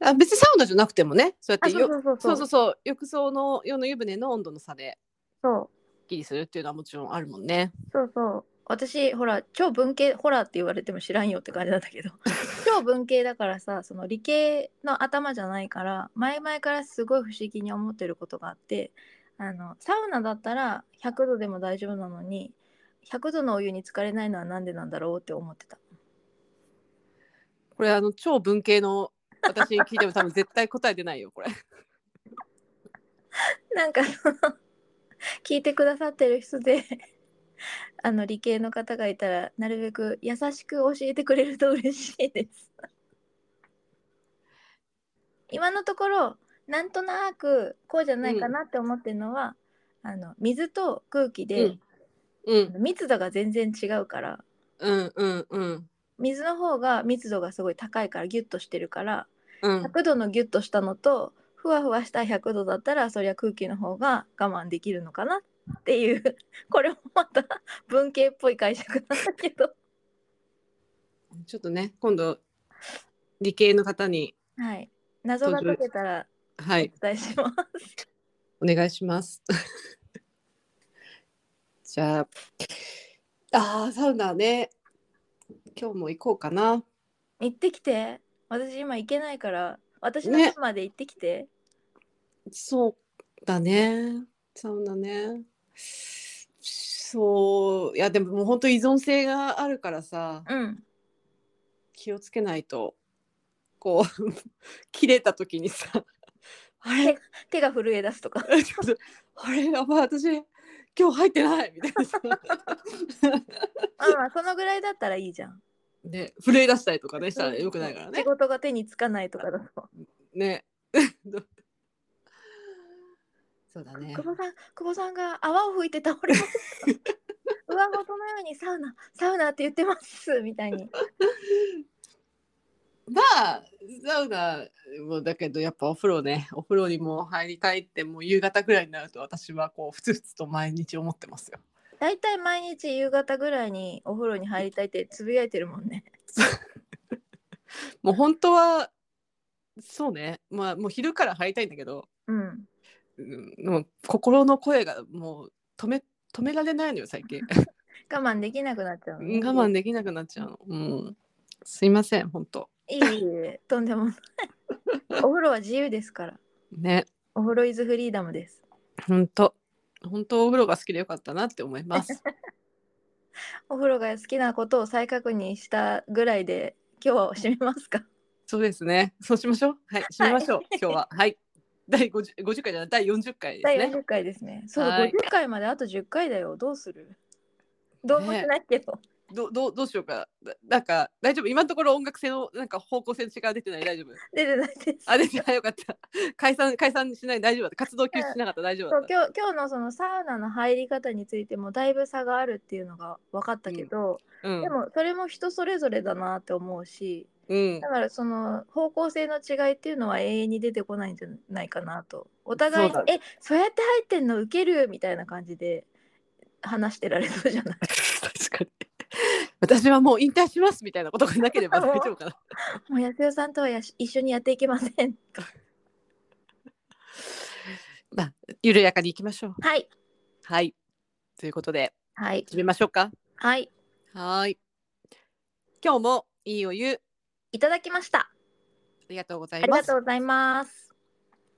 S1: あ別にサウナじゃなくてもねそうや
S2: あ
S1: って
S2: そう
S1: よ
S2: そうそ
S1: そ
S2: うそうう
S1: そうそう浴槽の用の湯船の温度の差で
S2: そう
S1: すっきりするっていうのはもちろんあるもんね
S2: そうそう私ほら超文系ホラーって言われても知らんよって感じなんだ けど超文系だからさその理系の頭じゃないから前々からすごい不思議に思ってることがあってあのサウナだったら100度でも大丈夫なのに100度のお湯に浸かれないのはなんでなんだろうって思ってた
S1: これあの超文系の私に聞いても多分絶対答え出ないよこれ
S2: なんかその 聞いてくださってる人で あの理系の方がいたらなるべく優しく教えてくれると嬉しいです 今のところなんとなくこうじゃないかなって思ってるのは、あの水と空気で、
S1: うん
S2: 密度が全然違うから
S1: うんうんうん
S2: 水の方が密度がすごい高いからギュッとしてるから
S1: うん
S2: 100度のギュッとしたのとふわふわした100度だったらそりゃ空気の方が我慢できるのかなっていう これもまた 文系っぽい解釈なんだけど、
S1: ちょっとね今度理系の方に
S2: はい、謎が解けたら
S1: はい
S2: お伝えします。
S1: お願いします じゃああーサウナね今日も行こうかな
S2: 行ってきて私今行けないから私の
S1: ね
S2: 家まで行ってきて、
S1: そうだねサウナねそういやでももう本当依存性があるからさ
S2: うん
S1: 気をつけないとこう 切れた時にさ あれ
S2: 手が震え出すとか
S1: ちょっとあれやばい私今日入ってないみたいなさ
S2: まあ まあそのぐらいだったらいいじゃん。
S1: ね震え出したりとかねしたらよくないから
S2: 仕
S1: ね
S2: 事が手につかないとかだと。
S1: ね そうだね
S2: 久保さん、久保さんが泡を吹いて倒れます。 上ごとのようにサウナ、サウナって言ってます みたいに。
S1: まあサウナもだけどやっぱお風呂ねお風呂にもう入りたいってもう夕方ぐらいになると私はこうふつふつと毎日思ってますよ。
S2: だいたい毎日夕方ぐらいにお風呂に入りたいってつぶやいてるもんね。
S1: もう本当はそうねまあもう昼から入りたいんだけど、
S2: うん。
S1: うん、もう心の声がもう止め止められないのよ最近
S2: 我慢できなくなっちゃう
S1: 我
S2: のね、
S1: 慢できなくなっちゃうの、うん、すいません本当
S2: いえいえとん でもないお風呂は自由ですから
S1: ね
S2: お風呂イズフリーダムです
S1: 本当本当お風呂が好きでよかったなって思います
S2: お風呂が好きなことを再確認したぐらいで今日は締めますか
S1: そうですねそうしましょうはい締めましょう、今日ははい第 50, 50回じゃない第40回です
S2: 第
S1: ね
S2: 40回ですね。そう、
S1: はい
S2: 50回まであと10回だよ。どうするどうもしないけど。
S1: どどうどうしようかななんか大丈夫今のところ音楽性のなんか方向性の違いは出てない大丈夫
S2: 出てないです。
S1: あ出てないよかった解散解散しない大丈夫だった活動休止しなかった大丈夫
S2: そ
S1: だ
S2: う
S1: った
S2: 今日今日のそのサウナの入り方についてもだいぶ差があるっていうのが分かったけど、
S1: うん
S2: でもそれも人それぞれだなって思うし
S1: うん
S2: だからその方向性の違いっていうのは永遠に出てこないんじゃないかなとお互いに
S1: そうだ
S2: えそうやって入ってんのウケるみたいな感じで話してられそう じゃない
S1: 確かに私はもう引退しますみたいなことがなければ大丈夫かな
S2: もう安代さんとはやし一緒にやっていけません
S1: まあ緩やかにいきましょう
S2: はい
S1: はいということで
S2: はい
S1: 始めましょうか
S2: はい
S1: はーい今日もいいお湯あ
S2: いただきました
S1: りがとうござい
S2: あり
S1: ま
S2: が
S1: す
S2: とうございます。